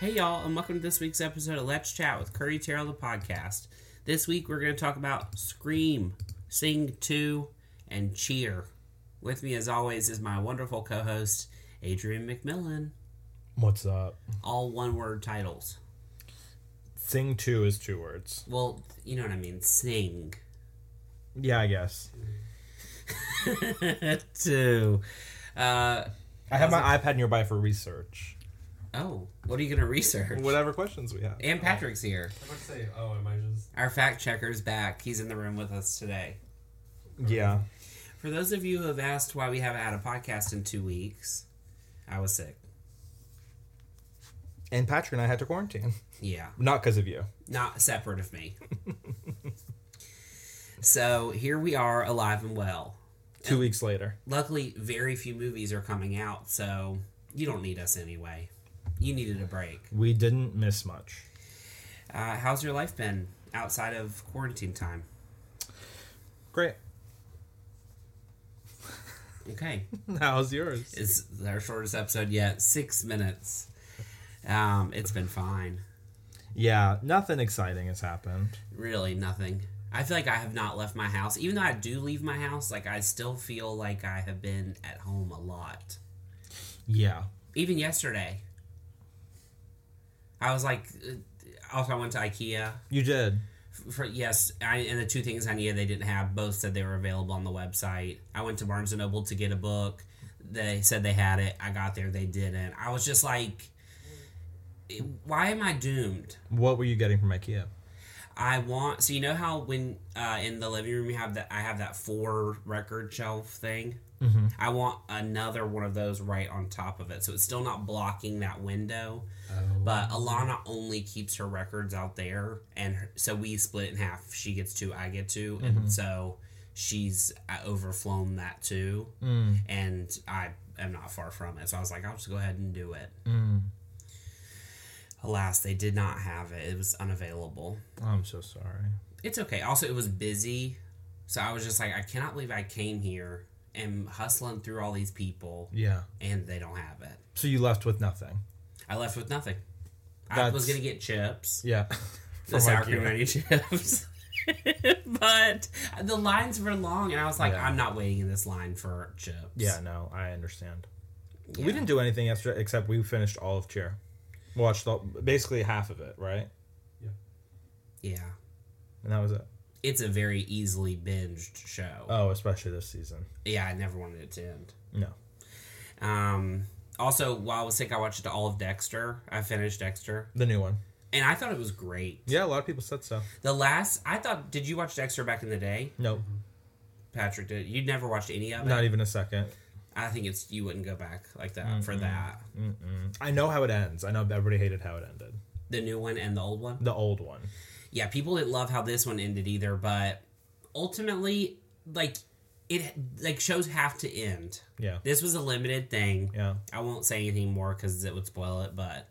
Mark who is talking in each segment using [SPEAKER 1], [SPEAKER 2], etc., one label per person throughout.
[SPEAKER 1] Hey, y'all, and welcome to this week's episode of Let's Chat with Curry Terrell, the podcast. This week, we're going to talk about Scream, Sing 2, and Cheer. With me, as always, is my wonderful co host, Adrian McMillan.
[SPEAKER 2] What's up?
[SPEAKER 1] All one word titles.
[SPEAKER 2] Sing two is two words.
[SPEAKER 1] Well, you know what I mean. Sing.
[SPEAKER 2] Yeah, I guess.
[SPEAKER 1] two. Uh,
[SPEAKER 2] I have my iPad nearby for research.
[SPEAKER 1] oh, what are you going to research?
[SPEAKER 2] Whatever questions we have.
[SPEAKER 1] And Patrick's
[SPEAKER 3] I
[SPEAKER 1] here.
[SPEAKER 3] was about to say, oh, am I just?
[SPEAKER 1] Our fact checker's back. He's in the room with us today.
[SPEAKER 2] Yeah.
[SPEAKER 1] For those of you who have asked why we haven't had a podcast in two weeks, I was sick.
[SPEAKER 2] And Patrick and I had to quarantine.
[SPEAKER 1] Yeah,
[SPEAKER 2] Not because of you.
[SPEAKER 1] not separate of me. so here we are, alive and well.
[SPEAKER 2] Two weeks later.
[SPEAKER 1] Luckily, very few movies are coming out, so you don't need us anyway. You needed a break.
[SPEAKER 2] We didn't miss much.
[SPEAKER 1] Uh, how's your life been outside of quarantine time?
[SPEAKER 2] Great.
[SPEAKER 1] Okay,
[SPEAKER 2] How's yours?
[SPEAKER 1] it's our shortest episode yet, six minutes. Um, it's been fine.
[SPEAKER 2] Yeah, nothing exciting has happened.
[SPEAKER 1] really nothing. I feel like I have not left my house. Even though I do leave my house, like I still feel like I have been at home a lot.
[SPEAKER 2] Yeah.
[SPEAKER 1] Even yesterday, I was like, uh, also I went to IKEA.
[SPEAKER 2] You did.
[SPEAKER 1] For yes, I, and the two things I needed they didn't have both said they were available on the website. I went to Barnes and Noble to get a book. They said they had it. I got there, they didn't. I was just like, why am I doomed?
[SPEAKER 2] What were you getting from IKEA?
[SPEAKER 1] I want so you know how when uh, in the living room you have that I have that four record shelf thing. Mm-hmm. I want another one of those right on top of it, so it's still not blocking that window. But Alana only keeps her records out there, and her, so we split it in half. She gets two, I get 2 and so she's uh, overflown that too. And I am not far from it, so I was like, I'll just go ahead and do it.
[SPEAKER 2] Mm,
[SPEAKER 1] Alas, they did not have it; it was unavailable
[SPEAKER 2] I'm so sorry.
[SPEAKER 1] it's okay. Also, it was busy, so I was just like, I cannot believe I came here and hustling through all these people,
[SPEAKER 2] Yeah.
[SPEAKER 1] and they don't have it.
[SPEAKER 2] So you left with nothing.
[SPEAKER 1] I left with nothing. I
[SPEAKER 2] That's-
[SPEAKER 1] was gonna get chips,
[SPEAKER 2] Yeah.
[SPEAKER 1] the
[SPEAKER 2] From
[SPEAKER 1] sour
[SPEAKER 2] IKEA.
[SPEAKER 1] cream and onion chips, but the lines were long, and I was like,
[SPEAKER 2] Yeah.
[SPEAKER 1] I'm not waiting in this line for chips.
[SPEAKER 2] Yeah, no, I understand.
[SPEAKER 1] Yeah.
[SPEAKER 2] We didn't do anything yesterday except we finished all of Cheer. Watched all, basically half of it, right?
[SPEAKER 1] yeah.
[SPEAKER 2] And that was it.
[SPEAKER 1] It's a very easily binged show.
[SPEAKER 2] Oh, especially this season.
[SPEAKER 1] yeah, I never wanted it to end.
[SPEAKER 2] No.
[SPEAKER 1] Um, also, while I was sick, I watched all of Dexter. I finished Dexter,
[SPEAKER 2] The new one.
[SPEAKER 1] and I thought it was great.
[SPEAKER 2] Yeah, a lot of people said so.
[SPEAKER 1] The last I thought, did you watch Dexter back in the day?
[SPEAKER 2] No,
[SPEAKER 1] Patrick did. You never watched any of it.
[SPEAKER 2] not e- even a second.
[SPEAKER 1] I think it's you wouldn't go back like that for that.
[SPEAKER 2] I know how it ends. I know everybody hated how it ended.
[SPEAKER 1] The new one and the old one.
[SPEAKER 2] The old one.
[SPEAKER 1] Yeah, people didn't love how this one ended either, but ultimately, like it, like shows have to end.
[SPEAKER 2] Yeah.
[SPEAKER 1] This was a limited thing.
[SPEAKER 2] Yeah.
[SPEAKER 1] I won't say anything more because it would spoil it, but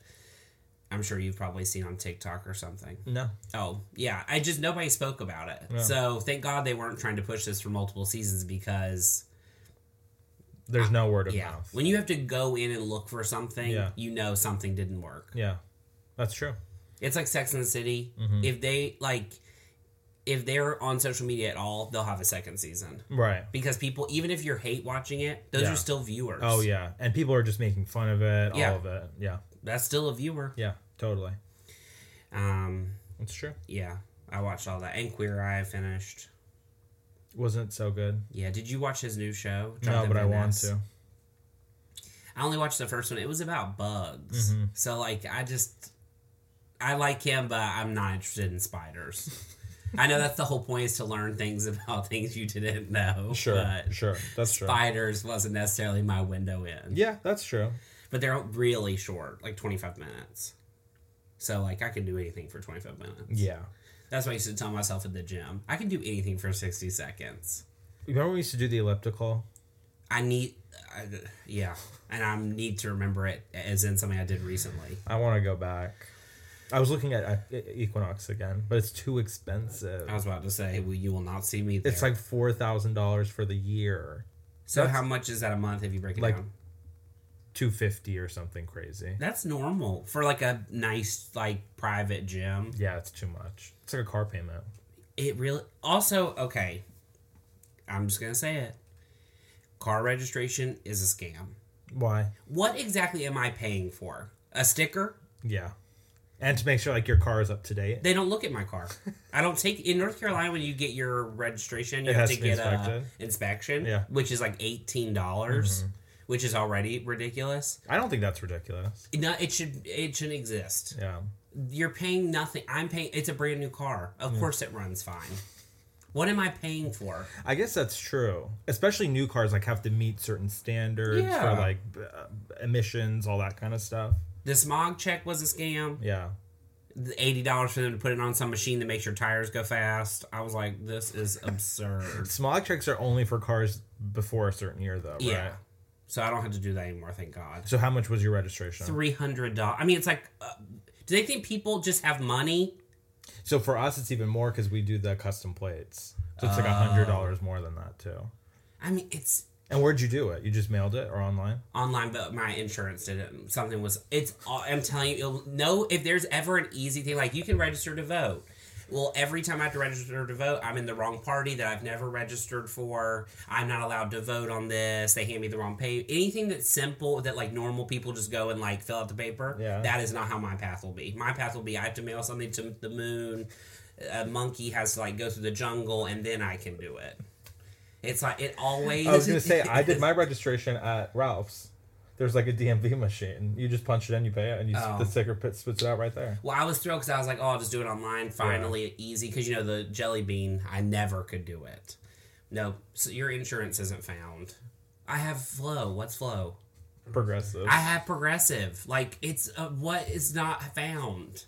[SPEAKER 1] I'm sure you've probably seen on TikTok or something.
[SPEAKER 2] No.
[SPEAKER 1] Oh, yeah. I just nobody spoke about it. So thank God they weren't trying to push this for multiple seasons because
[SPEAKER 2] There's no word of
[SPEAKER 1] Yeah.
[SPEAKER 2] mouth.
[SPEAKER 1] When you have to go in and look for something,
[SPEAKER 2] Yeah.
[SPEAKER 1] you know something didn't work.
[SPEAKER 2] Yeah. That's true.
[SPEAKER 1] It's like Sex and the City.
[SPEAKER 2] Mm-hmm.
[SPEAKER 1] If they like if they're on social media at all, they'll have a second season.
[SPEAKER 2] Right.
[SPEAKER 1] Because people even if you're hate watching it, those
[SPEAKER 2] Yeah.
[SPEAKER 1] are still viewers.
[SPEAKER 2] Oh yeah. And people are just making fun of it,
[SPEAKER 1] Yeah.
[SPEAKER 2] all of it. Yeah.
[SPEAKER 1] That's still a viewer.
[SPEAKER 2] Yeah. Totally.
[SPEAKER 1] Um
[SPEAKER 2] It's true.
[SPEAKER 1] yeah. I watched all that. And Queer Eye I finished.
[SPEAKER 2] Wasn't it so good?
[SPEAKER 1] Yeah. Did you watch his new show?
[SPEAKER 2] No,
[SPEAKER 1] Jonathan
[SPEAKER 2] but I
[SPEAKER 1] Van
[SPEAKER 2] want
[SPEAKER 1] Ness?
[SPEAKER 2] to.
[SPEAKER 1] I only watched the first one. It was about bugs.
[SPEAKER 2] Mm-hmm.
[SPEAKER 1] So like I just I like him, but I'm not interested in spiders. I know that's the whole point is to learn things about things you didn't know.
[SPEAKER 2] Sure.
[SPEAKER 1] But
[SPEAKER 2] sure. That's true.
[SPEAKER 1] spiders wasn't necessarily my window in.
[SPEAKER 2] Yeah, that's true.
[SPEAKER 1] But they're really short, like twenty five minutes. So like I can do anything for twenty five minutes.
[SPEAKER 2] Yeah.
[SPEAKER 1] That's what I used to tell myself at the gym. I can do anything for sixty seconds.
[SPEAKER 2] Remember when we used to do the elliptical?
[SPEAKER 1] I need, I, yeah, and I need to remember it as in something I did recently.
[SPEAKER 2] I want to go back. I was looking at uh, Equinox again, but it's too expensive.
[SPEAKER 1] I was about to say, well, you will not see me there.
[SPEAKER 2] It's like four thousand dollars for the year.
[SPEAKER 1] so how much is that a month if you break it
[SPEAKER 2] like-
[SPEAKER 1] down?
[SPEAKER 2] two fifty or something crazy.
[SPEAKER 1] That's normal for like a nice like private gym.
[SPEAKER 2] Yeah, it's too much. It's like a car payment.
[SPEAKER 1] It really also okay. I'm just gonna say it. Car registration is a scam.
[SPEAKER 2] Why?
[SPEAKER 1] What exactly am I paying for? A sticker?
[SPEAKER 2] Yeah. And to make sure like your car is up to date.
[SPEAKER 1] They don't look at my car. I don't take in North Carolina when you get your registration, you
[SPEAKER 2] It
[SPEAKER 1] have
[SPEAKER 2] has
[SPEAKER 1] to
[SPEAKER 2] to be
[SPEAKER 1] get a
[SPEAKER 2] inspected.
[SPEAKER 1] inspection,
[SPEAKER 2] Yeah. Mm-hmm.
[SPEAKER 1] which is like eighteen dollars, which is already ridiculous.
[SPEAKER 2] I don't think that's ridiculous.
[SPEAKER 1] No, it should it shouldn't exist.
[SPEAKER 2] Yeah.
[SPEAKER 1] You're paying nothing. I'm paying. It's a brand new car. Of course, it runs fine. What am I paying for?
[SPEAKER 2] I guess that's true. Especially new cars like have to meet certain standards
[SPEAKER 1] Yeah.
[SPEAKER 2] for like b- uh, emissions, all that kind of stuff.
[SPEAKER 1] The smog check was a scam.
[SPEAKER 2] Yeah.
[SPEAKER 1] The Eighty dollars for them to put it on some machine that makes your tires go fast. I was like, this is absurd.
[SPEAKER 2] Smog checks are only for cars before a certain year though,
[SPEAKER 1] yeah.
[SPEAKER 2] right?
[SPEAKER 1] So I don't have to do that anymore. Thank God.
[SPEAKER 2] So how much was your registration?
[SPEAKER 1] Three hundred dollars. I mean, it's like, uh, do they think people just have money?
[SPEAKER 2] So for us it's even more cuz we do the custom plates. So it's like a $100 more than that too.
[SPEAKER 1] I mean, it's
[SPEAKER 2] And where'd you do it? You just mailed it or online?
[SPEAKER 1] online, but my insurance did it. Something was. It's. all- I'm telling you, it'll- no. If there's ever an easy thing, like you can register to vote. Well, every time I have to register to vote, I'm in the wrong party that I've never registered for. I'm not allowed to vote on this. They hand me the wrong page. Anything that's simple that like normal people just go and like fill out the paper.
[SPEAKER 2] Yeah.
[SPEAKER 1] That is not how my path will be. My path will be I have to mail something to the moon. A monkey has to like go through the jungle and then I can do it. It's like it always.
[SPEAKER 2] I was gonna say I did my registration at Ralph's. There's like a DMV machine. You just punch it in, you pay it, and you
[SPEAKER 1] Oh.
[SPEAKER 2] the sticker pit spits it out right there.
[SPEAKER 1] Well, I was thrilled because I was like, oh, I'll just do it online. Finally, easy. Because, you know, the jelly bean, I never could do it. No, so your insurance isn't found. I have Flow. What's Flow?
[SPEAKER 2] Progressive.
[SPEAKER 1] I have Progressive. Like, it's uh, what is not found.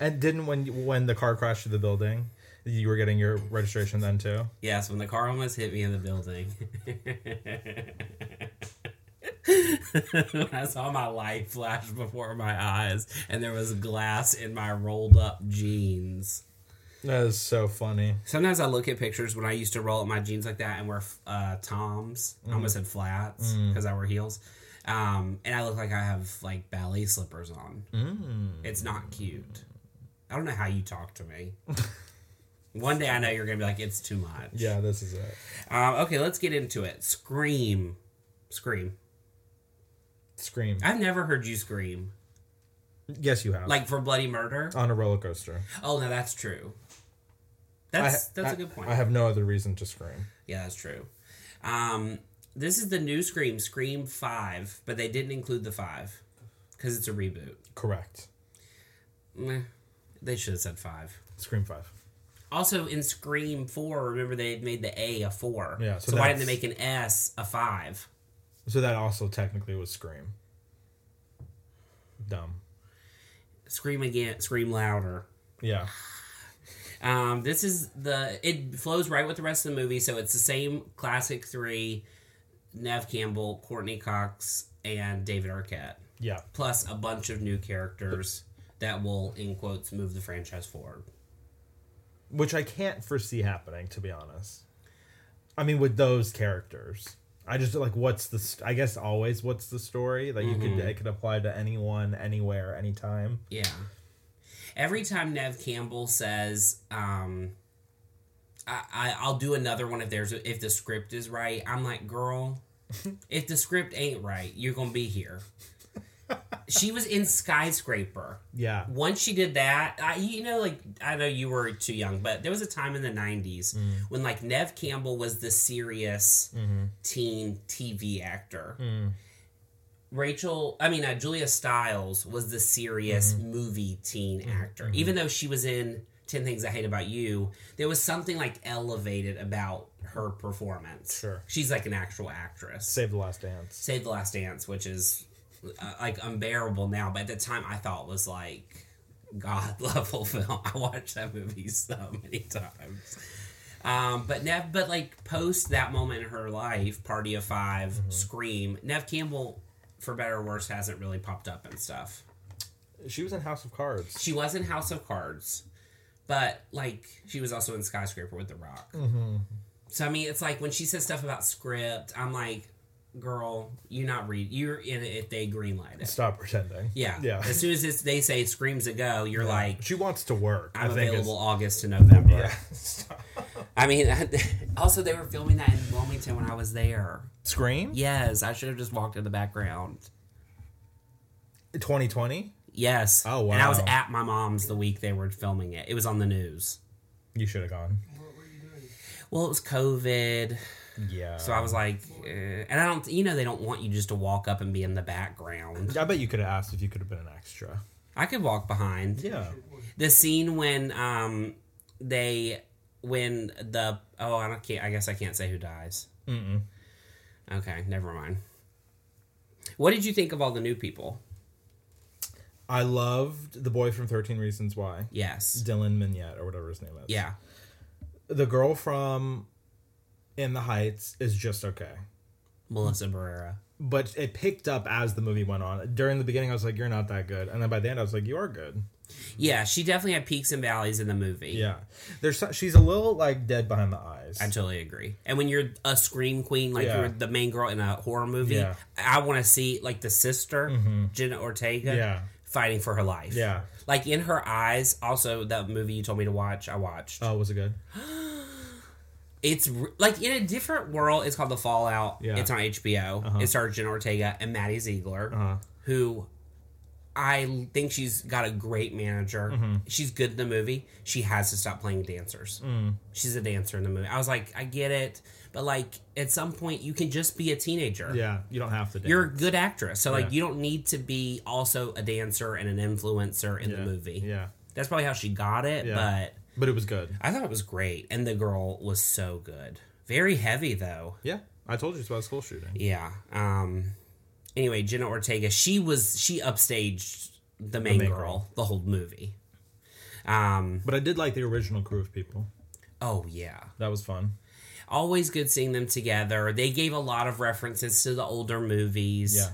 [SPEAKER 2] and didn't when you- when the car crashed through the building, you were getting your registration then too.
[SPEAKER 1] Yes, when the car almost hit me in the building. When I saw my light flash before my eyes, and there was glass in my rolled up jeans.
[SPEAKER 2] That is so funny.
[SPEAKER 1] Sometimes I look at pictures when I used to roll up my jeans like that and wear uh, toms. I almost said
[SPEAKER 2] Mm.
[SPEAKER 1] flats because I wear heels. Um, and I look like I have like ballet slippers on.
[SPEAKER 2] Mm. Hmm.
[SPEAKER 1] It's not cute. I don't know how you talk to me. One day I know you're going to be like, it's too much.
[SPEAKER 2] Yeah, this is it.
[SPEAKER 1] Um, okay, let's get into it. Scream. Scream.
[SPEAKER 2] Scream.
[SPEAKER 1] I've never heard you scream.
[SPEAKER 2] yes, you have.
[SPEAKER 1] Like for Bloody Murder?
[SPEAKER 2] on a roller coaster.
[SPEAKER 1] Oh, no, that's true.
[SPEAKER 2] I-
[SPEAKER 1] That's, that's
[SPEAKER 2] I-
[SPEAKER 1] a good point.
[SPEAKER 2] I have no other reason to scream.
[SPEAKER 1] Yeah, that's true. Um, this is the new Scream, Scream 5, but they didn't include the 5 because it's a reboot.
[SPEAKER 2] Correct.
[SPEAKER 1] Meh. They should have said 5.
[SPEAKER 2] Scream five.
[SPEAKER 1] Also, in Scream 4, remember they had made the A a 4.
[SPEAKER 2] Yeah,
[SPEAKER 1] so
[SPEAKER 2] so
[SPEAKER 1] why didn't they
[SPEAKER 2] that's-
[SPEAKER 1] make an S a 5?
[SPEAKER 2] So that also technically was scream. Dumb.
[SPEAKER 1] Scream again, scream louder.
[SPEAKER 2] Yeah.
[SPEAKER 1] Um, this is the it flows right with the rest of the movie, so it's the same classic three: Nev Campbell, Courtney Cox, and David Arquette.
[SPEAKER 2] Yeah.
[SPEAKER 1] plus a bunch of new characters that will, in quotes, move the franchise forward.
[SPEAKER 2] which I can't foresee happening, to be honest. I mean, with those characters, I just like what's the st- I guess always what's the story that
[SPEAKER 1] Mm-hmm.
[SPEAKER 2] you could it could apply to anyone, anywhere, anytime.
[SPEAKER 1] Yeah. Every time Nev Campbell says, um, I, I, I'll do another one if there's if the script is right. I'm like, girl, if the script ain't right, you're gonna be here. she was in Skyscraper.
[SPEAKER 2] Yeah,
[SPEAKER 1] once she did that, I, you know, like I know you were too young, but there was a time in the '90s when like Nev Campbell was the serious
[SPEAKER 2] Mm-hmm.
[SPEAKER 1] teen TV actor. Rachel, I mean uh, Julia Stiles was the serious movie teen actor. Even though she was in Ten Things I Hate About You, there was something like elevated about her performance.
[SPEAKER 2] Sure.
[SPEAKER 1] she's like an actual actress.
[SPEAKER 2] save the last dance.
[SPEAKER 1] Save the Last Dance, which is uh, like unbearable now, but at the time I thought was like god level film. I watched that movie so many times. Um, but Nev, but like post that moment in her life, Party of 5 Scream, Nev Campbell, for better or worse, hasn't really popped up and stuff.
[SPEAKER 2] She was in House of Cards.
[SPEAKER 1] She was in House of Cards, but like she was also in
[SPEAKER 2] Mm-hmm.
[SPEAKER 1] Skyscraper with The Rock. So I mean, it's like when she says stuff about script, I'm like, girl, you not read. You're in it if they greenlight it.
[SPEAKER 2] Stop pretending.
[SPEAKER 1] Yeah.
[SPEAKER 2] Yeah.
[SPEAKER 1] As soon as it's, they say screams a go, you're like,
[SPEAKER 2] she wants to work.
[SPEAKER 1] I'm
[SPEAKER 2] I think
[SPEAKER 1] available
[SPEAKER 2] is-
[SPEAKER 1] August to November.
[SPEAKER 2] Yeah. Stop.
[SPEAKER 1] I mean, also they were filming that in Wilmington when I was there.
[SPEAKER 2] Scream?
[SPEAKER 1] Yes, I should have just walked in the background.
[SPEAKER 2] 2020?
[SPEAKER 1] Yes.
[SPEAKER 2] Oh,
[SPEAKER 1] And I was
[SPEAKER 2] wow.
[SPEAKER 1] at my mom's the week they were filming it. It was on the news.
[SPEAKER 2] You should have gone.
[SPEAKER 3] What were you doing?
[SPEAKER 1] Well, it was COVID,
[SPEAKER 2] Yeah.
[SPEAKER 1] so I was like, eh. and I don't, you know, they don't want you just to walk up and be in the background.
[SPEAKER 2] I bet you could have asked if you could have been an extra.
[SPEAKER 1] I could walk behind.
[SPEAKER 2] Yeah.
[SPEAKER 1] the scene when um they when the oh I don't can't, I guess I can't say who dies.
[SPEAKER 2] Mm-mm.
[SPEAKER 1] Okay, never mind. What did you think of all the new people?
[SPEAKER 2] I loved the boy from 13 Reasons Why,
[SPEAKER 1] Yes.
[SPEAKER 2] Dylan Mignette, or whatever his name is.
[SPEAKER 1] Yeah.
[SPEAKER 2] The girl from In the Heights is just okay.
[SPEAKER 1] Melissa Barrera.
[SPEAKER 2] But it picked up as the movie went on. During the beginning, I was like, you're not that good. And then by the end, I was like, you are good.
[SPEAKER 1] Yeah, she definitely had peaks and valleys in the movie.
[SPEAKER 2] Yeah. There's so- She's a little, like, dead behind the eyes.
[SPEAKER 1] I totally agree. And when you're a scream queen, like
[SPEAKER 2] Yeah.
[SPEAKER 1] you're the main girl in a horror movie,
[SPEAKER 2] Yeah. Mm-hmm.
[SPEAKER 1] I want to see like the sister, Jenna Ortega,
[SPEAKER 2] Yeah.
[SPEAKER 1] fighting for her life.
[SPEAKER 2] Yeah.
[SPEAKER 1] Like in her eyes, also that movie you told me to watch, I watched.
[SPEAKER 2] Oh, was it good?
[SPEAKER 1] It's r like in a different world. It's called The Fallout.
[SPEAKER 2] Yeah.
[SPEAKER 1] It's on HBO. It stars Jenna Ortega and Maddie Ziegler,
[SPEAKER 2] Uh-huh.
[SPEAKER 1] who I l- think she's got a great manager.
[SPEAKER 2] Mm-hmm.
[SPEAKER 1] She's good in the movie. She has to stop playing dancers.
[SPEAKER 2] Mm.
[SPEAKER 1] She's a dancer in the movie. I was like, I get it, but like at some point, you can just be a teenager.
[SPEAKER 2] Yeah. You don't have to dance.
[SPEAKER 1] You're a good actress, so like
[SPEAKER 2] Yeah.
[SPEAKER 1] you don't need to be also a dancer and an influencer in the
[SPEAKER 2] Yeah.
[SPEAKER 1] movie.
[SPEAKER 2] Yeah.
[SPEAKER 1] That's probably how she got it,
[SPEAKER 2] Yeah.
[SPEAKER 1] but.
[SPEAKER 2] But it was good.
[SPEAKER 1] I thought it was great, and the girl was so good. Very heavy though.
[SPEAKER 2] Yeah. I told you it's about a school shooting.
[SPEAKER 1] Yeah. Um. Anyway, Jenna Ortega, she was she upstaged the main,
[SPEAKER 2] main
[SPEAKER 1] girl,
[SPEAKER 2] girl.
[SPEAKER 1] the whole movie. Um.
[SPEAKER 2] But I did like the original crew of people.
[SPEAKER 1] Oh yeah.
[SPEAKER 2] That was fun.
[SPEAKER 1] Always good seeing them together. They gave a lot of references to the older movies.
[SPEAKER 2] Yeah.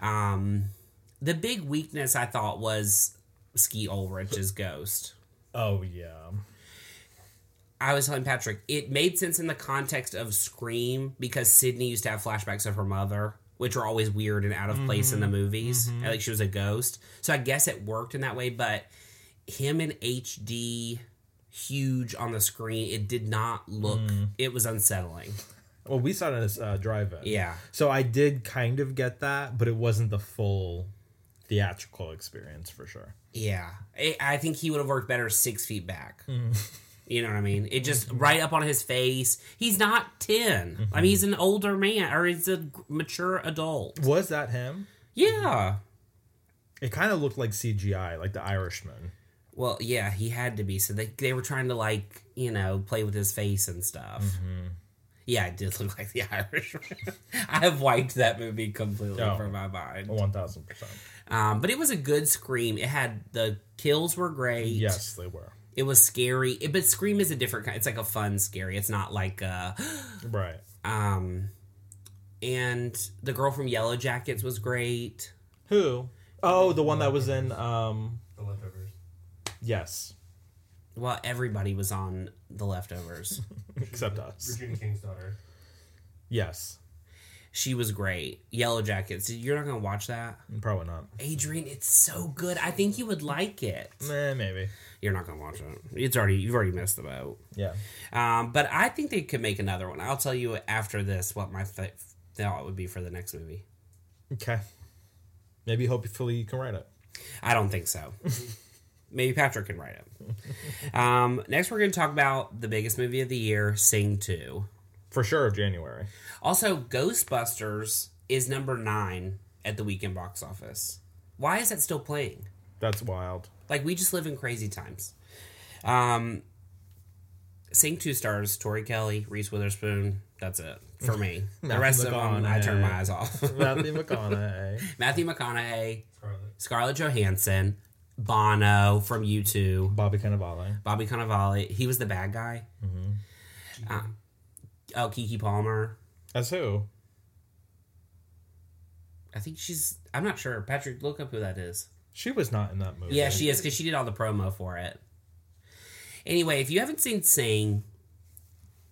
[SPEAKER 1] Um. The big weakness I thought was Ski Ulrich's ghost.
[SPEAKER 2] Oh yeah.
[SPEAKER 1] I was telling Patrick, it made sense in the context of Scream because Sydney used to have flashbacks of her mother, which are always weird and out of place in the movies. and, Like she was a ghost. So I guess it worked in that way, but him in HD huge on the screen, it did not look it was unsettling.
[SPEAKER 2] Well, we saw it as uh, drive-in.
[SPEAKER 1] Yeah.
[SPEAKER 2] So I did kind of get that, but it wasn't the full theatrical experience for sure.
[SPEAKER 1] Yeah. I I think he would have worked better six feet back. You know what I mean? It just right up on his face. He's not 10. I mean, he's an older man or he's a g- mature adult.
[SPEAKER 2] Was that him?
[SPEAKER 1] Yeah.
[SPEAKER 2] It kind of looked like CGI, like The Irishman.
[SPEAKER 1] Well, yeah, he had to be. So they they were trying to like you know play with his face and stuff.
[SPEAKER 2] Mm-hmm.
[SPEAKER 1] Yeah, it did look like The Irishman. I have wiped that movie completely
[SPEAKER 2] Oh.
[SPEAKER 1] from my mind.
[SPEAKER 2] One thousand percent.
[SPEAKER 1] Um, but it was a good scream. It had the kills were great.
[SPEAKER 2] Yes, they were.
[SPEAKER 1] it was scary. It, but scream is a different kind. It's like a fun scary. It's not like uh,
[SPEAKER 2] Right.
[SPEAKER 1] um, and the girl from Yellow Jackets was great.
[SPEAKER 2] Who? Oh, the one that was in. Um.
[SPEAKER 3] The leftovers.
[SPEAKER 2] Yes.
[SPEAKER 1] Well, everybody was on The Leftovers.
[SPEAKER 2] Except us.
[SPEAKER 3] Regina King's daughter.
[SPEAKER 2] Yes.
[SPEAKER 1] she was great. Yellow Jackets. You're not gonna watch that.
[SPEAKER 2] Probably not.
[SPEAKER 1] Adrian, it's so good. I think you would like it.
[SPEAKER 2] Eh, maybe.
[SPEAKER 1] You're not gonna watch it. It's already you've already missed the boat.
[SPEAKER 2] Yeah.
[SPEAKER 1] Um, but I think they could make another one. I'll tell you after this what my th- thought would be for the next movie.
[SPEAKER 2] Okay. Maybe hopefully you can write it.
[SPEAKER 1] I don't think so. Maybe Patrick can write it. Um, next, we're going to talk about the biggest movie of the year, Sing Two.
[SPEAKER 2] For sure, of January.
[SPEAKER 1] Also, Ghostbusters is number nine at the weekend box office. Why is that still playing?
[SPEAKER 2] That's wild.
[SPEAKER 1] Like we just live in crazy times. Um Sing two stars, Tori Kelly, Reese Witherspoon. That's it for me. the
[SPEAKER 2] Matthew
[SPEAKER 1] rest of them, I turn my
[SPEAKER 2] McConaughey.
[SPEAKER 1] eyes off.
[SPEAKER 2] Matthew McConaughey.
[SPEAKER 1] Matthew McConaughey,
[SPEAKER 3] Scarlet.
[SPEAKER 1] Scarlett Johansson, Bono from U2,
[SPEAKER 2] Bobby Cannavale.
[SPEAKER 1] Bobby Cannavale. He was the bad guy.
[SPEAKER 2] Mm-hmm.
[SPEAKER 1] Uh, oh, Kiki Palmer.
[SPEAKER 2] As who?
[SPEAKER 1] I think she's. I'm not sure. Patrick, look up who that is.
[SPEAKER 2] She was not in that movie.
[SPEAKER 1] Yeah, she is because she did all the promo for it. Anyway, if you haven't seen Sing,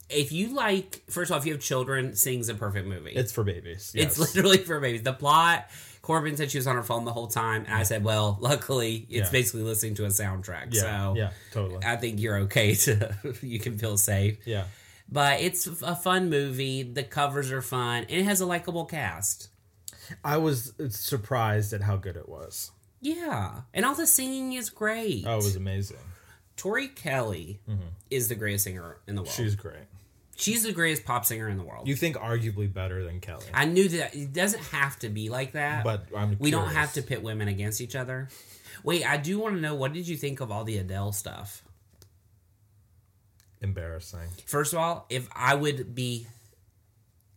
[SPEAKER 1] if you like, first of all, if you have children, Sing's a perfect movie.
[SPEAKER 2] It's for babies.
[SPEAKER 1] It's
[SPEAKER 2] Yes.
[SPEAKER 1] literally for babies. The plot. Corbin said she was on her phone the whole time, and I said, "Well, luckily, it's
[SPEAKER 2] Yeah.
[SPEAKER 1] basically listening to a soundtrack."
[SPEAKER 2] yeah,
[SPEAKER 1] so
[SPEAKER 2] yeah, totally.
[SPEAKER 1] I think you're okay to you can feel safe.
[SPEAKER 2] Yeah,
[SPEAKER 1] But it's a fun movie. The covers are fun, and it has a likable cast.
[SPEAKER 2] I was surprised at how good it was.
[SPEAKER 1] Yeah, and all the singing is great.
[SPEAKER 2] Oh, it was amazing.
[SPEAKER 1] Tori Kelly is the greatest singer in the world. She's,
[SPEAKER 2] Mm-hmm. She's great.
[SPEAKER 1] the greatest pop singer in the world.
[SPEAKER 2] You think arguably better than Kelly,
[SPEAKER 1] I knew that it doesn't have to be like that.
[SPEAKER 2] but I'm.
[SPEAKER 1] we don't
[SPEAKER 2] curious.
[SPEAKER 1] have to pit women against each other. Wait, I do want to know what did you think of all the Adele stuff?
[SPEAKER 2] Embarrassing.
[SPEAKER 1] First of all, if I would be,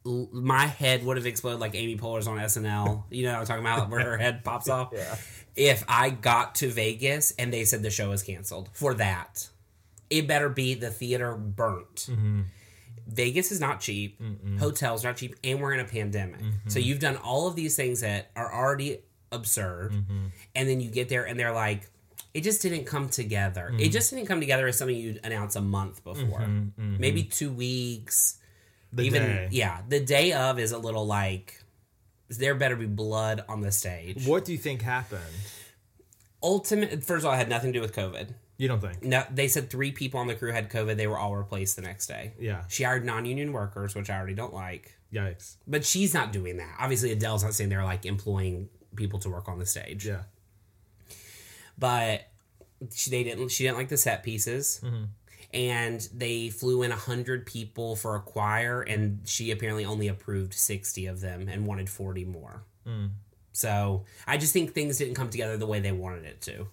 [SPEAKER 1] l- my head would have exploded like Amy Poehler's on SNL. You know what I'm talking about, where her head pops off.
[SPEAKER 2] Yeah.
[SPEAKER 1] If I got to Vegas and they said the show is canceled for that, it better be the theater burnt. Vegas is not cheap. Hotels not cheap, and we're in a pandemic. So
[SPEAKER 2] Mm-hmm.
[SPEAKER 1] you've done all of these things that are already absurd,
[SPEAKER 2] Mm-hmm.
[SPEAKER 1] and then you get there and they're like, "It just didn't come together. It
[SPEAKER 2] Mm-hmm.
[SPEAKER 1] just didn't come together as something you'd announce a month before, maybe two weeks.
[SPEAKER 2] Mm-hmm. The
[SPEAKER 1] Even
[SPEAKER 2] day.
[SPEAKER 1] yeah, the day of is a little like there better be blood on the stage.
[SPEAKER 2] What do you think happened?
[SPEAKER 1] Ultimate. First of all, it had nothing to do with COVID.
[SPEAKER 2] You don't think?
[SPEAKER 1] No, they said three people on the crew had COVID. They were all replaced the next day.
[SPEAKER 2] Yeah.
[SPEAKER 1] She hired non-union workers, which I already don't like.
[SPEAKER 2] Yikes.
[SPEAKER 1] But she's not doing that. Obviously, Adele's not sitting there like employing people to work on the stage.
[SPEAKER 2] Yeah.
[SPEAKER 1] But she they didn't. She didn't like the set pieces,
[SPEAKER 2] Mm-hmm.
[SPEAKER 1] and they flew in hundred people for a choir, and she apparently only approved sixty of them and wanted forty more.
[SPEAKER 2] Mm.
[SPEAKER 1] So I just think things didn't come together the way they wanted it to,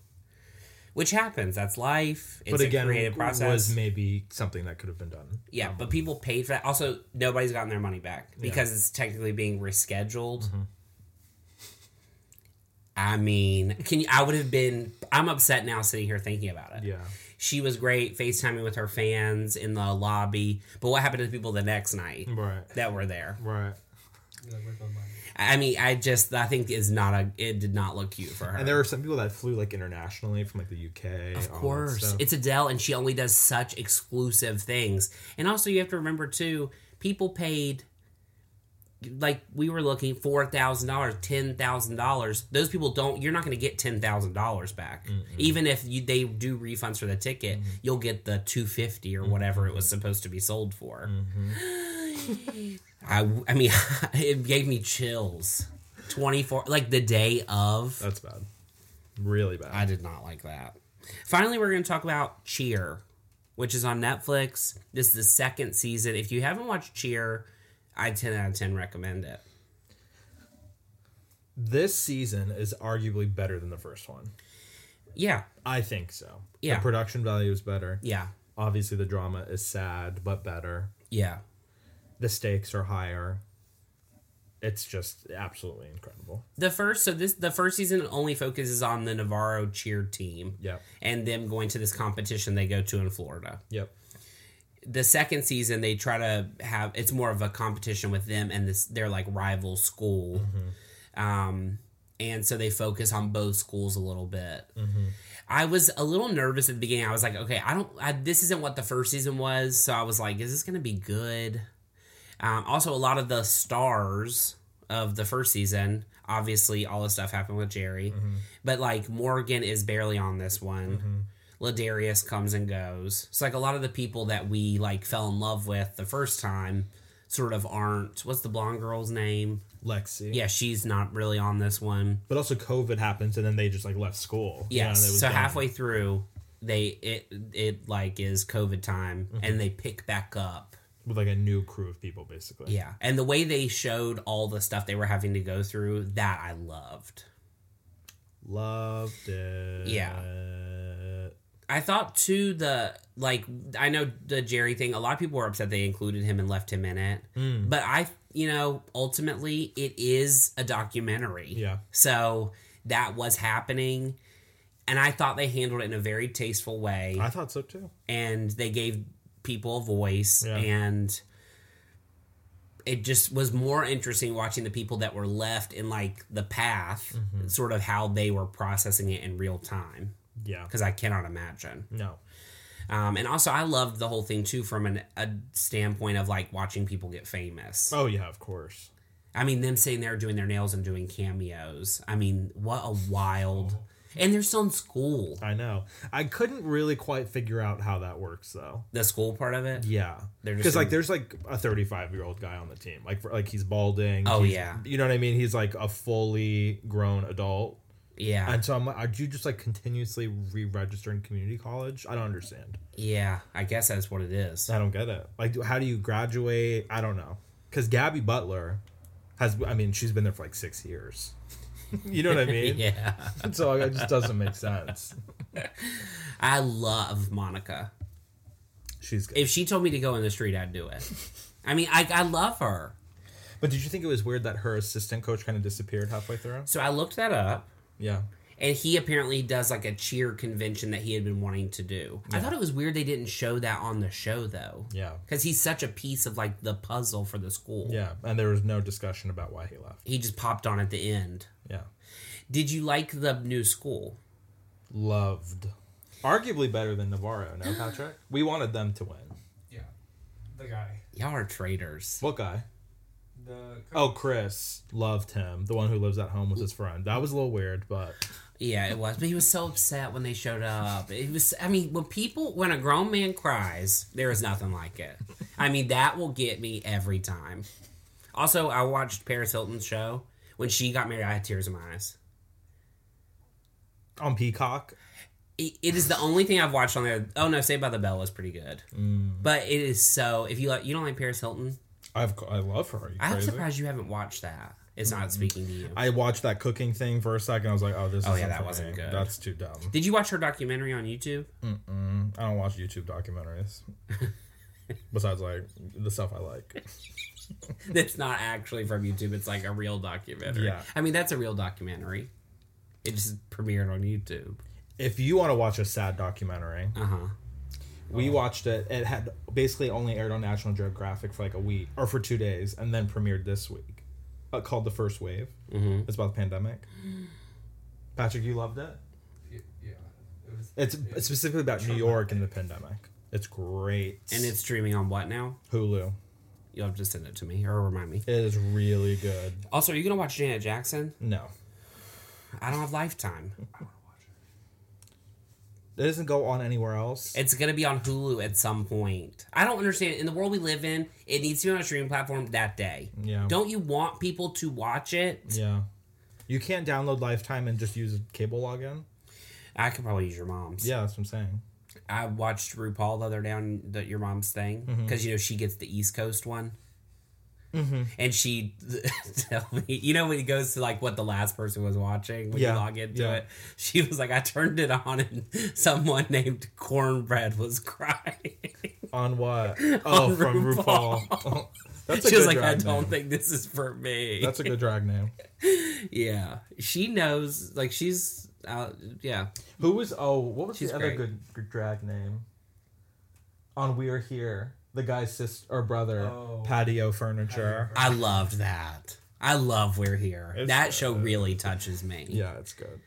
[SPEAKER 1] which happens. That's life. It's
[SPEAKER 2] but again,
[SPEAKER 1] a creative process.
[SPEAKER 2] was maybe something that could have been done.
[SPEAKER 1] Yeah, but people paid for that. Also, nobody's gotten their money back because it's technically being rescheduled. I mean, can you, I would have been. I'm upset now sitting here thinking about it.
[SPEAKER 2] Yeah.
[SPEAKER 1] She was great, FaceTiming with her fans in the lobby. But what happened to the people the next night
[SPEAKER 2] Right.
[SPEAKER 1] that were there?
[SPEAKER 2] Right.
[SPEAKER 1] I mean, I just I think is not a. It did not look cute for her.
[SPEAKER 2] And there were some people that flew like internationally from like the UK.
[SPEAKER 1] Of course. It's Adele and she only does such exclusive things. And also you have to remember too, people paid like we were looking four thousand dollars, ten thousand dollars. Those people don't you're not gonna get ten thousand dollars back. Even if you they do refunds for the ticket, you'll get the two fifty or whatever it was supposed to be sold for. I I mean it gave me chills. Twenty four like the day of
[SPEAKER 2] That's bad. Really bad.
[SPEAKER 1] I did not like that. Finally, we're going to talk about Cheer, which is on Netflix. This is the second season. If you haven't watched Cheer, I 10 out of 10 recommend it.
[SPEAKER 2] this season is arguably better than the first one.
[SPEAKER 1] Yeah,
[SPEAKER 2] I think so.
[SPEAKER 1] Yeah.
[SPEAKER 2] The production value is better.
[SPEAKER 1] yeah,
[SPEAKER 2] Obviously, the drama is sad, but better.
[SPEAKER 1] yeah.
[SPEAKER 2] The stakes are higher. It's just absolutely incredible.
[SPEAKER 1] The first, so this, the first season only focuses on the Navarro Cheer team
[SPEAKER 2] Yep.
[SPEAKER 1] and them going to this competition they go to in Florida.
[SPEAKER 2] Yep.
[SPEAKER 1] The second season, they try to have it's more of a competition with them and this their like rival school. Um, and so they focus on both schools a little bit. I was a little nervous at the beginning. I was like, okay, I don't, I, this isn't what the first season was. So I was like, is this going to be good? Um, also, a lot of the stars of the first season, obviously, all the stuff happened with Jerry, but like Morgan is barely on this one. Ladarius comes and goes. So like a lot of the people that we like fell in love with the first time sort of aren't. What's the blonde girl's name?
[SPEAKER 2] Lexi.
[SPEAKER 1] Yeah, she's not really on this one.
[SPEAKER 2] But also, COVID happens, and then they just like left school. You know,
[SPEAKER 1] Yes.
[SPEAKER 2] they was
[SPEAKER 1] so
[SPEAKER 2] done.
[SPEAKER 1] halfway through, they it it like is COVID time, and they pick back up.
[SPEAKER 2] with like a new crew of people, basically.
[SPEAKER 1] Yeah, and the way they showed all the stuff they were having to go through, that I loved.
[SPEAKER 2] Loved it.
[SPEAKER 1] Yeah. I thought too the like I know the Jerry thing. A lot of people were upset they included him and left him in it,
[SPEAKER 2] Hmm.
[SPEAKER 1] but I you know ultimately it is a documentary.
[SPEAKER 2] Yeah.
[SPEAKER 1] So that was happening, and I thought they handled it in a very tasteful way,
[SPEAKER 2] I thought so too.
[SPEAKER 1] and they gave people a voice,
[SPEAKER 2] Yeah.
[SPEAKER 1] and it just was more interesting watching the people that were left in like the path,
[SPEAKER 2] Mm-hmm.
[SPEAKER 1] sort of how they were processing it in real time,
[SPEAKER 2] Yeah.
[SPEAKER 1] because I cannot imagine.
[SPEAKER 2] No.
[SPEAKER 1] Um, and also, I loved the whole thing too from an, a standpoint of like watching people get famous.
[SPEAKER 2] Oh yeah, of course.
[SPEAKER 1] I mean, them sitting there doing their nails and doing cameos. I mean, what a wild.
[SPEAKER 2] Oh.
[SPEAKER 1] And they're still in school.
[SPEAKER 2] I know. I couldn't really quite figure out how that works though.
[SPEAKER 1] The school part of it.
[SPEAKER 2] Yeah,
[SPEAKER 1] They're just
[SPEAKER 2] because like
[SPEAKER 1] in-
[SPEAKER 2] there's like a 35 year old guy on the team, like for, like he's balding.
[SPEAKER 1] Oh,
[SPEAKER 2] he's-
[SPEAKER 1] yeah.
[SPEAKER 2] you know what I mean. He's like a fully grown adult,
[SPEAKER 1] Yeah.
[SPEAKER 2] and so I'm like, are you just like continuously re-register in community college? I don't understand.
[SPEAKER 1] yeah. I guess that's what it is.
[SPEAKER 2] I don't get it. Like, do- how do you graduate? I don't know. Because Gabby Butler has, I mean, she's been there for like six years. you know what I mean?
[SPEAKER 1] Yeah.
[SPEAKER 2] So it just doesn't make sense.
[SPEAKER 1] I love Monica.
[SPEAKER 2] She's good.
[SPEAKER 1] If she told me to go in the street, I'd do it. I mean, I, I love her.
[SPEAKER 2] But did you think it was weird that her assistant coach kind of disappeared halfway through?
[SPEAKER 1] So I looked that up.
[SPEAKER 2] Yeah.
[SPEAKER 1] And he apparently does like a cheer convention that he had been wanting to do. I thought it was weird they didn't show that on the show though.
[SPEAKER 2] Yeah.
[SPEAKER 1] Because he's such a piece of like the puzzle for the school.
[SPEAKER 2] Yeah. And there was no discussion about why he left.
[SPEAKER 1] He just popped on at the end.
[SPEAKER 2] Yeah.
[SPEAKER 1] Did you like the new school?
[SPEAKER 2] Loved. Arguably better than Navarro, no, Patrick? we wanted them to win.
[SPEAKER 3] Yeah. The guy.
[SPEAKER 1] Y'all are traitors.
[SPEAKER 2] What guy?
[SPEAKER 3] The
[SPEAKER 2] Oh, Chris. Loved him. The one who lives at home with his friend. That was a little weird, but.
[SPEAKER 1] Yeah, it was. But he was so upset when they showed up. It was I mean, when people when a grown man cries, there is nothing like it. I mean, that will get me every time. Also, I watched Paris Hilton's show. When she got married, I had tears in my eyes.
[SPEAKER 2] On Peacock?
[SPEAKER 1] it it is the only thing I've watched on there. Oh no, Saved by the Bell was pretty good, but it is so. If you like, you don't like Paris Hilton,
[SPEAKER 2] I've, I love her. Are you
[SPEAKER 1] I'm
[SPEAKER 2] crazy?
[SPEAKER 1] surprised you haven't watched that. It's not speaking to you.
[SPEAKER 2] I watched that cooking thing for a second. I was like, oh, this.
[SPEAKER 1] Oh,
[SPEAKER 2] isn't
[SPEAKER 1] yeah, that
[SPEAKER 2] for
[SPEAKER 1] wasn't
[SPEAKER 2] me.
[SPEAKER 1] good.
[SPEAKER 2] That's too dumb. Mm,
[SPEAKER 1] Did you watch her documentary on YouTube?
[SPEAKER 2] I don't watch YouTube documentaries. Besides, like the stuff I like.
[SPEAKER 1] That's not actually from YouTube. It's like a real documentary.
[SPEAKER 2] Yeah.
[SPEAKER 1] I mean that's a real documentary. It just premiered on YouTube.
[SPEAKER 2] If you want to watch a sad documentary,
[SPEAKER 1] Uh huh.
[SPEAKER 2] we watched it. It had basically only aired on National Geographic for like a week or for two days, and then premiered this week. Uh, called the First Wave. Mm-hmm. It's about the pandemic. Patrick, you loved it.
[SPEAKER 3] yeah. It was
[SPEAKER 2] It's specifically about New York and the pandemic. It's great.
[SPEAKER 1] And it's streaming on what now?
[SPEAKER 2] Hulu.
[SPEAKER 1] You'll have to send it to me or remind me.
[SPEAKER 2] It is really good.
[SPEAKER 1] Also, are you gonna watch Janet Jackson?
[SPEAKER 2] No.
[SPEAKER 1] I don't have Lifetime.
[SPEAKER 2] It doesn't go on anywhere else.
[SPEAKER 1] It's gonna be on Hulu at some point. I don't understand. In the world we live in, it needs to be on a streaming platform that day.
[SPEAKER 2] Yeah.
[SPEAKER 1] Don't you want people to watch it?
[SPEAKER 2] Yeah. You can't download Lifetime and just use a cable login.
[SPEAKER 1] I could probably use your mom's.
[SPEAKER 2] Yeah, that's what I'm saying.
[SPEAKER 1] I watched RuPaul the other day on the, your mom's thing
[SPEAKER 2] Mm-hmm.
[SPEAKER 1] because you know she gets the East Coast one. And she tell me, you know, when it goes to like what the last person was watching when
[SPEAKER 2] Yeah,
[SPEAKER 1] you log into
[SPEAKER 2] yeah.
[SPEAKER 1] it, she was like, "I turned it on and someone named Cornbread was crying."
[SPEAKER 2] On what? Oh, from RuPaul.
[SPEAKER 1] RuPaul.
[SPEAKER 2] that's
[SPEAKER 1] she was like, "I
[SPEAKER 2] drag
[SPEAKER 1] don't
[SPEAKER 2] name.
[SPEAKER 1] think this is for me."
[SPEAKER 2] That's a good drag name.
[SPEAKER 1] Yeah, she knows. Like she's, uh, yeah.
[SPEAKER 2] Who was? Oh, what was
[SPEAKER 1] She's
[SPEAKER 2] the other
[SPEAKER 1] great.
[SPEAKER 2] good, good drag name? On We're Here, the guy's sister or brother,
[SPEAKER 3] Oh.
[SPEAKER 2] patio furniture.
[SPEAKER 1] I loved that. I love We're Here.
[SPEAKER 2] It's
[SPEAKER 1] that
[SPEAKER 2] good.
[SPEAKER 1] show really touches me.
[SPEAKER 2] Yeah, it's good.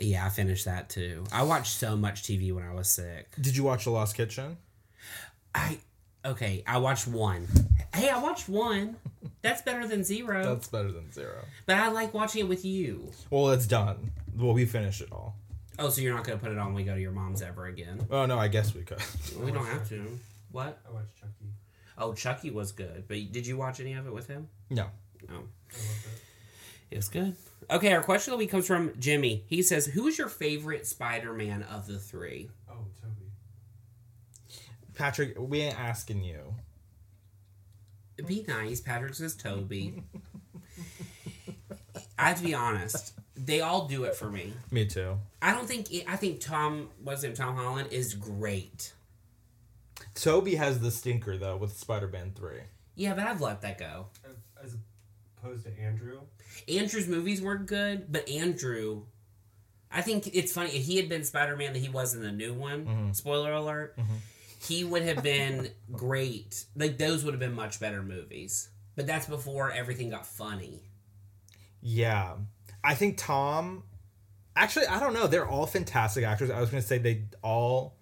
[SPEAKER 1] Yeah, I finished that too. I watched so much TV when I was sick.
[SPEAKER 2] Did you watch The Lost Kitchen?
[SPEAKER 1] I okay, I watched one. Hey, I watched one. That's better than zero.
[SPEAKER 2] That's better than zero.
[SPEAKER 1] but I like watching it with you.
[SPEAKER 2] Well, it's done. Well, we finished it all.
[SPEAKER 1] Oh, so you're not gonna put it on when we go to your mom's ever again?
[SPEAKER 2] Oh no, I guess we could.
[SPEAKER 1] We don't have to. What?
[SPEAKER 3] I watched Chucky.
[SPEAKER 1] Oh, Chucky was good, but did you watch any of it with him?
[SPEAKER 2] no.
[SPEAKER 3] I
[SPEAKER 1] No.
[SPEAKER 3] loved it.
[SPEAKER 1] It was good. Okay, our question of the week comes from Jimmy. He says, Who is your favorite Spider Man of the three?
[SPEAKER 3] Oh, Toby.
[SPEAKER 2] Patrick, we ain't asking you.
[SPEAKER 1] Be nice. Patrick says Toby. I have to be honest. They all do it for me.
[SPEAKER 2] Me too.
[SPEAKER 1] I don't think it, I think Tom what's his name Tom Holland is great.
[SPEAKER 2] Toby has the stinker though with Spider-Man Three.
[SPEAKER 1] Yeah, but I've let that go.
[SPEAKER 3] As- As opposed to Andrew.
[SPEAKER 1] Andrew's movies were good, but Andrew, I think it's funny if he had been Spider Man that he was in the new one. Spoiler alert. He would have been great. Like those would have been much better movies. But that's before everything got funny.
[SPEAKER 2] Yeah, I think Tom. Actually, I don't know. They're all fantastic actors. I was gonna say they all.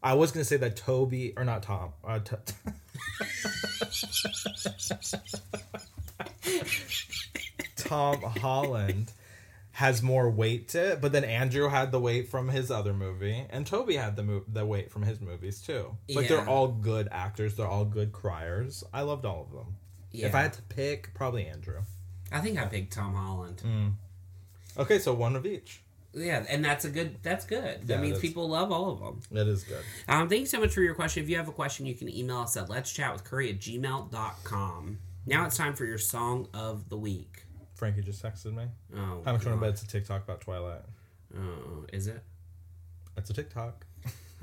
[SPEAKER 2] I was gonna say that Toby or not Tom. Uh, t- Tom Holland has more weight to it, but then Andrew had the weight from his other movie, and Toby had the mo- the weight from his movies too. But
[SPEAKER 1] Yeah.
[SPEAKER 2] they're all good actors. They're all good criers. I loved all of them.
[SPEAKER 1] Yeah.
[SPEAKER 2] If I had to pick, probably Andrew.
[SPEAKER 1] I think I picked Tom Holland.
[SPEAKER 2] Okay, so one of each.
[SPEAKER 1] Yeah, and that's a good. That's good. That
[SPEAKER 2] Yeah,
[SPEAKER 1] means
[SPEAKER 2] that's-
[SPEAKER 1] people love all of them.
[SPEAKER 2] That is good.
[SPEAKER 1] Um, thank you so much for your question. If you have a question, you can email us at let's chat with curry at gmail.com. Now it's time for your song of the week.
[SPEAKER 2] Frankie just texted me.
[SPEAKER 1] Oh,
[SPEAKER 2] How much
[SPEAKER 1] God.
[SPEAKER 2] want to bet it's a TikTok about Twilight?
[SPEAKER 1] Oh, is it?
[SPEAKER 2] That's a TikTok.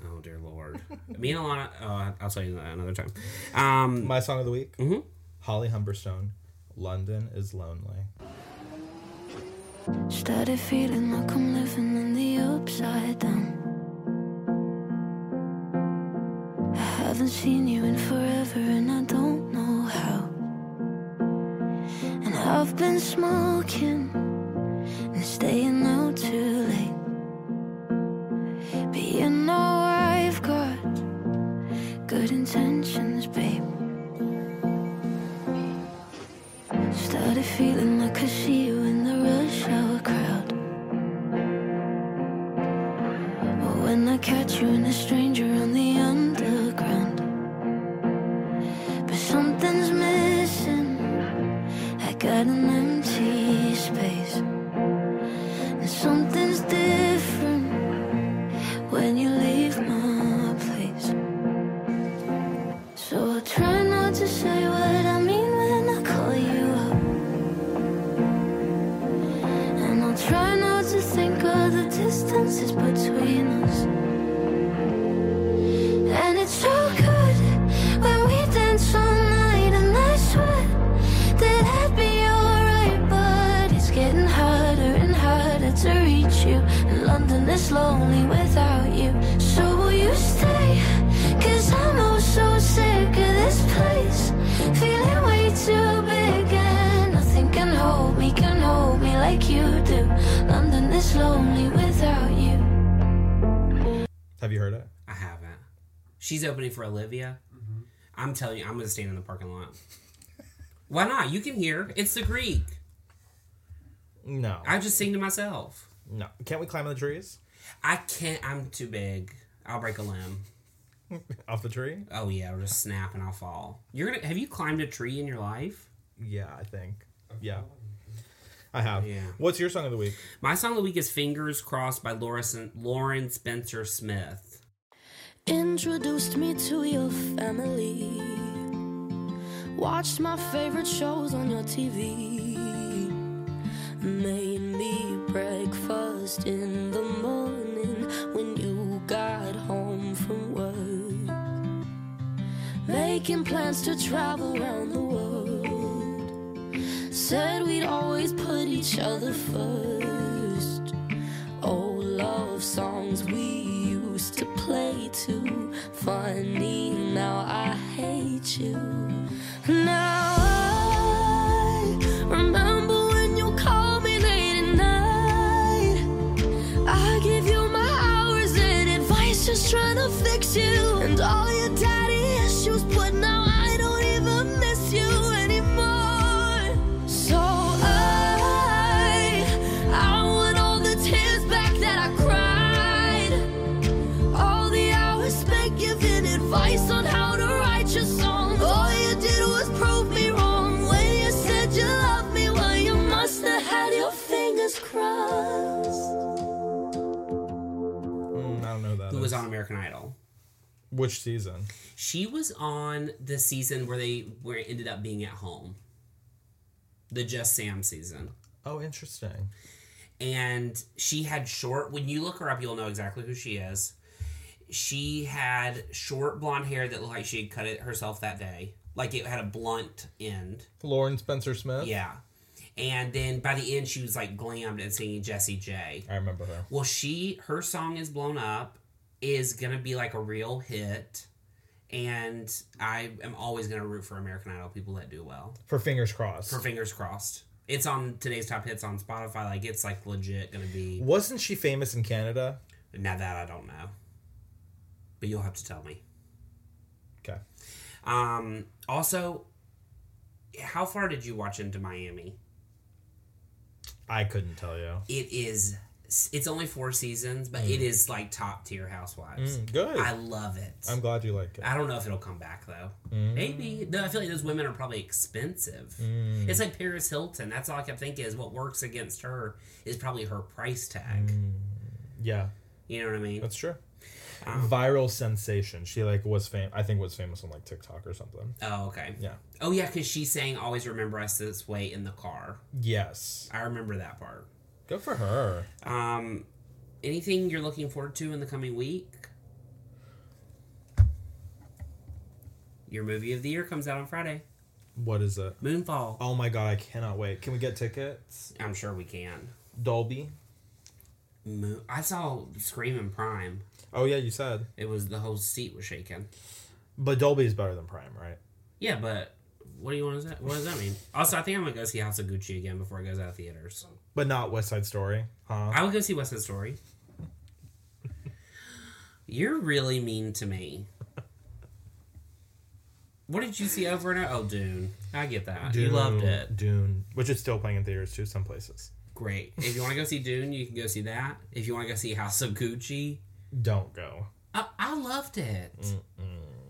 [SPEAKER 1] Oh dear lord. Me and Alana. Oh, I'll tell you that another time. Um,
[SPEAKER 2] My song of the week.
[SPEAKER 1] mhm.
[SPEAKER 2] Holly Humberstone. London is lonely.
[SPEAKER 4] Started feeling like I'm living in the upside down. I haven't seen you in forever and I don't know how. And I've been smoking and staying out too late. But you know I've got good intentions, babe. Started feeling like I see you in the rush hour crowd. But when I catch you and a stranger on the underground, but something's missing. I got an empty space, and something's different when you leave my place. So I try not to say what I mean when I call you up. And I'll try not to think of the distances between us. And it's so good when we dance all night. And I swear that I'd be alright. But it's getting harder and harder to reach you. And London is lonely without you. So will you stay? Cause I'm all so sick of this place. Feeling way too big. And nothing can hold me, can hold me like you do. London is lonely without you.
[SPEAKER 2] Have you heard it?
[SPEAKER 1] I haven't. She's opening for Olivia.
[SPEAKER 2] Mm-hmm.
[SPEAKER 1] I'm telling you, I'm gonna stand in the parking lot. Why not? You can hear. It's the Greek.
[SPEAKER 2] No.
[SPEAKER 1] I just sing to myself.
[SPEAKER 2] no. Can't we climb on the trees?
[SPEAKER 1] I can't. I'm too big. I'll break a limb.
[SPEAKER 2] Off the tree?
[SPEAKER 1] Oh yeah, or just snap and I'll fall. You're gonna. Have you climbed a tree in your life?
[SPEAKER 2] Yeah, I think. Yeah. I have.
[SPEAKER 1] Yeah.
[SPEAKER 2] What's your song of the week?
[SPEAKER 1] My song of the week is "Fingers Crossed" by Laura Sen- Lauren Spencer Smith.
[SPEAKER 4] Introduced me to your family. Watched my favorite shows on your TV. Made me breakfast in the morning when you got home from work. Making plans to travel around the world. Said we'd always put each other first. Old love songs we used to play too. Funny, now I hate you. Now I remember when you called me late at night. I give you my hours and advice, just trying to fix you. And all your daddy issues, but now I don't even miss you anymore. So I, I want all the tears back that I cried. All the hours spent giving advice on how to write your songs. All you did was prove me wrong when you said you loved me. Well, you must have had your fingers crossed.
[SPEAKER 2] Mm, I don't know who that.
[SPEAKER 1] Who was
[SPEAKER 2] is.
[SPEAKER 1] on American Idol?
[SPEAKER 2] Which season?
[SPEAKER 1] She was on the season where they where it ended up being at home. The Just Sam season.
[SPEAKER 2] Oh, interesting.
[SPEAKER 1] And she had short when you look her up you'll know exactly who she is. She had short blonde hair that looked like she had cut it herself that day. Like it had a blunt end.
[SPEAKER 2] Lauren Spencer Smith?
[SPEAKER 1] Yeah. And then by the end she was like glammed and singing Jessie J.
[SPEAKER 2] I remember her.
[SPEAKER 1] Well, she her song is blown up, is gonna be like a real hit, and I am always gonna root for American Idol people that do well.
[SPEAKER 2] For Fingers Crossed.
[SPEAKER 1] For fingers crossed, it's on today's top hits on Spotify. Like it's like legit gonna be.
[SPEAKER 2] Wasn't she famous in Canada?
[SPEAKER 1] Now that I don't know. but you'll have to tell me.
[SPEAKER 2] Okay.
[SPEAKER 1] Um, also, how far did you watch into Miami?
[SPEAKER 2] I couldn't tell you.
[SPEAKER 1] It is. It's only four seasons, but it is like top tier Housewives.
[SPEAKER 2] Mm, good.
[SPEAKER 1] I
[SPEAKER 2] I,
[SPEAKER 1] love it.
[SPEAKER 2] am glad you like it.
[SPEAKER 1] I don't know if it'll come back though.
[SPEAKER 2] Mm.
[SPEAKER 1] Maybe. No, I feel like those women are probably expensive.
[SPEAKER 2] Mm.
[SPEAKER 1] It's like Paris Hilton. That's all I kept thinking is what works against her is probably her price tag.
[SPEAKER 2] Yeah,
[SPEAKER 1] You know what I mean?
[SPEAKER 2] Mm. that's true. Viral sensation. She like was fam. I think was famous on like TikTok or something.
[SPEAKER 1] Oh, okay.
[SPEAKER 2] Yeah.
[SPEAKER 1] Oh, yeah, because she's saying always remember us this way in the car.
[SPEAKER 2] Yes.
[SPEAKER 1] I remember that part.
[SPEAKER 2] Good for her.
[SPEAKER 1] Um, anything you're looking forward to in the coming week? Your movie of the year comes out on Friday.
[SPEAKER 2] What is it?
[SPEAKER 1] Moonfall.
[SPEAKER 2] Oh my god, I cannot wait. Can we get tickets?
[SPEAKER 1] I'm sure we can.
[SPEAKER 2] Dolby.
[SPEAKER 1] Mo- I saw Scream and Prime.
[SPEAKER 2] Oh yeah, you said.
[SPEAKER 1] It was the whole seat was shaking.
[SPEAKER 2] But Dolby is better than Prime, right?
[SPEAKER 1] Yeah, but what do you want to say? What does that mean? Also, I think I'm gonna go see House of Gucci again before it goes out of theaters.
[SPEAKER 2] But not West Side Story, huh?
[SPEAKER 1] I would go see West Side Story. You're really mean to me. What did you see over and over? Oh, Dune. I get that. You loved it.
[SPEAKER 2] Dune, which is still playing in theaters too, some places.
[SPEAKER 1] Great. If you want to go see Dune, you can go see that. If you want to go see House of Gucci,
[SPEAKER 2] Don't go.
[SPEAKER 1] I, I loved it.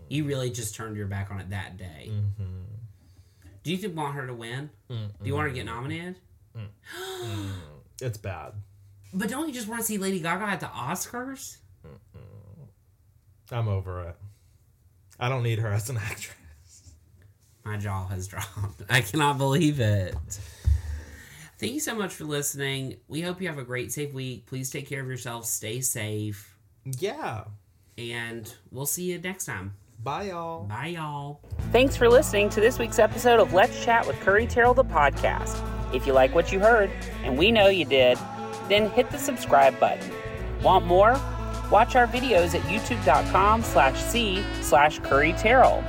[SPEAKER 1] You really just turned your back on it that day.
[SPEAKER 2] Mm. Mm-hmm.
[SPEAKER 1] Do you think, want her to win? Do you want her to get nominated?
[SPEAKER 2] It's bad.
[SPEAKER 1] But don't you just want to see Lady Gaga at the Oscars?
[SPEAKER 2] I'm over it. I don't need her as an actress.
[SPEAKER 1] My jaw has dropped. I cannot believe it. Thank you so much for listening. We hope you have a great, safe week. Please take care of yourselves. Stay safe.
[SPEAKER 2] Yeah.
[SPEAKER 1] And we'll see you next time.
[SPEAKER 2] Bye, y'all.
[SPEAKER 1] Bye, y'all.
[SPEAKER 5] Thanks for listening to this week's episode of Let's Chat with Curry Terrell, the podcast. If you like what you heard, and we know you did, then hit the subscribe button. Want more? Watch our videos at youtube.com slash C slash Curry Terrell.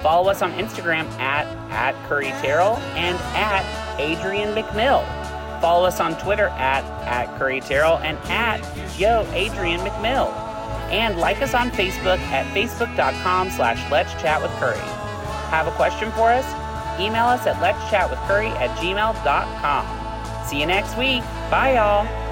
[SPEAKER 5] Follow us on Instagram at, at Curry Terrell and at Adrian McMill. Follow us on Twitter at, at Curry Terrell and at Yo Adrian McMill. And like us on Facebook at facebook.com slash Let's Chat with Curry. Have a question for us? Email us at let's chat with curry at gmail.com. See you next week. Bye, y'all.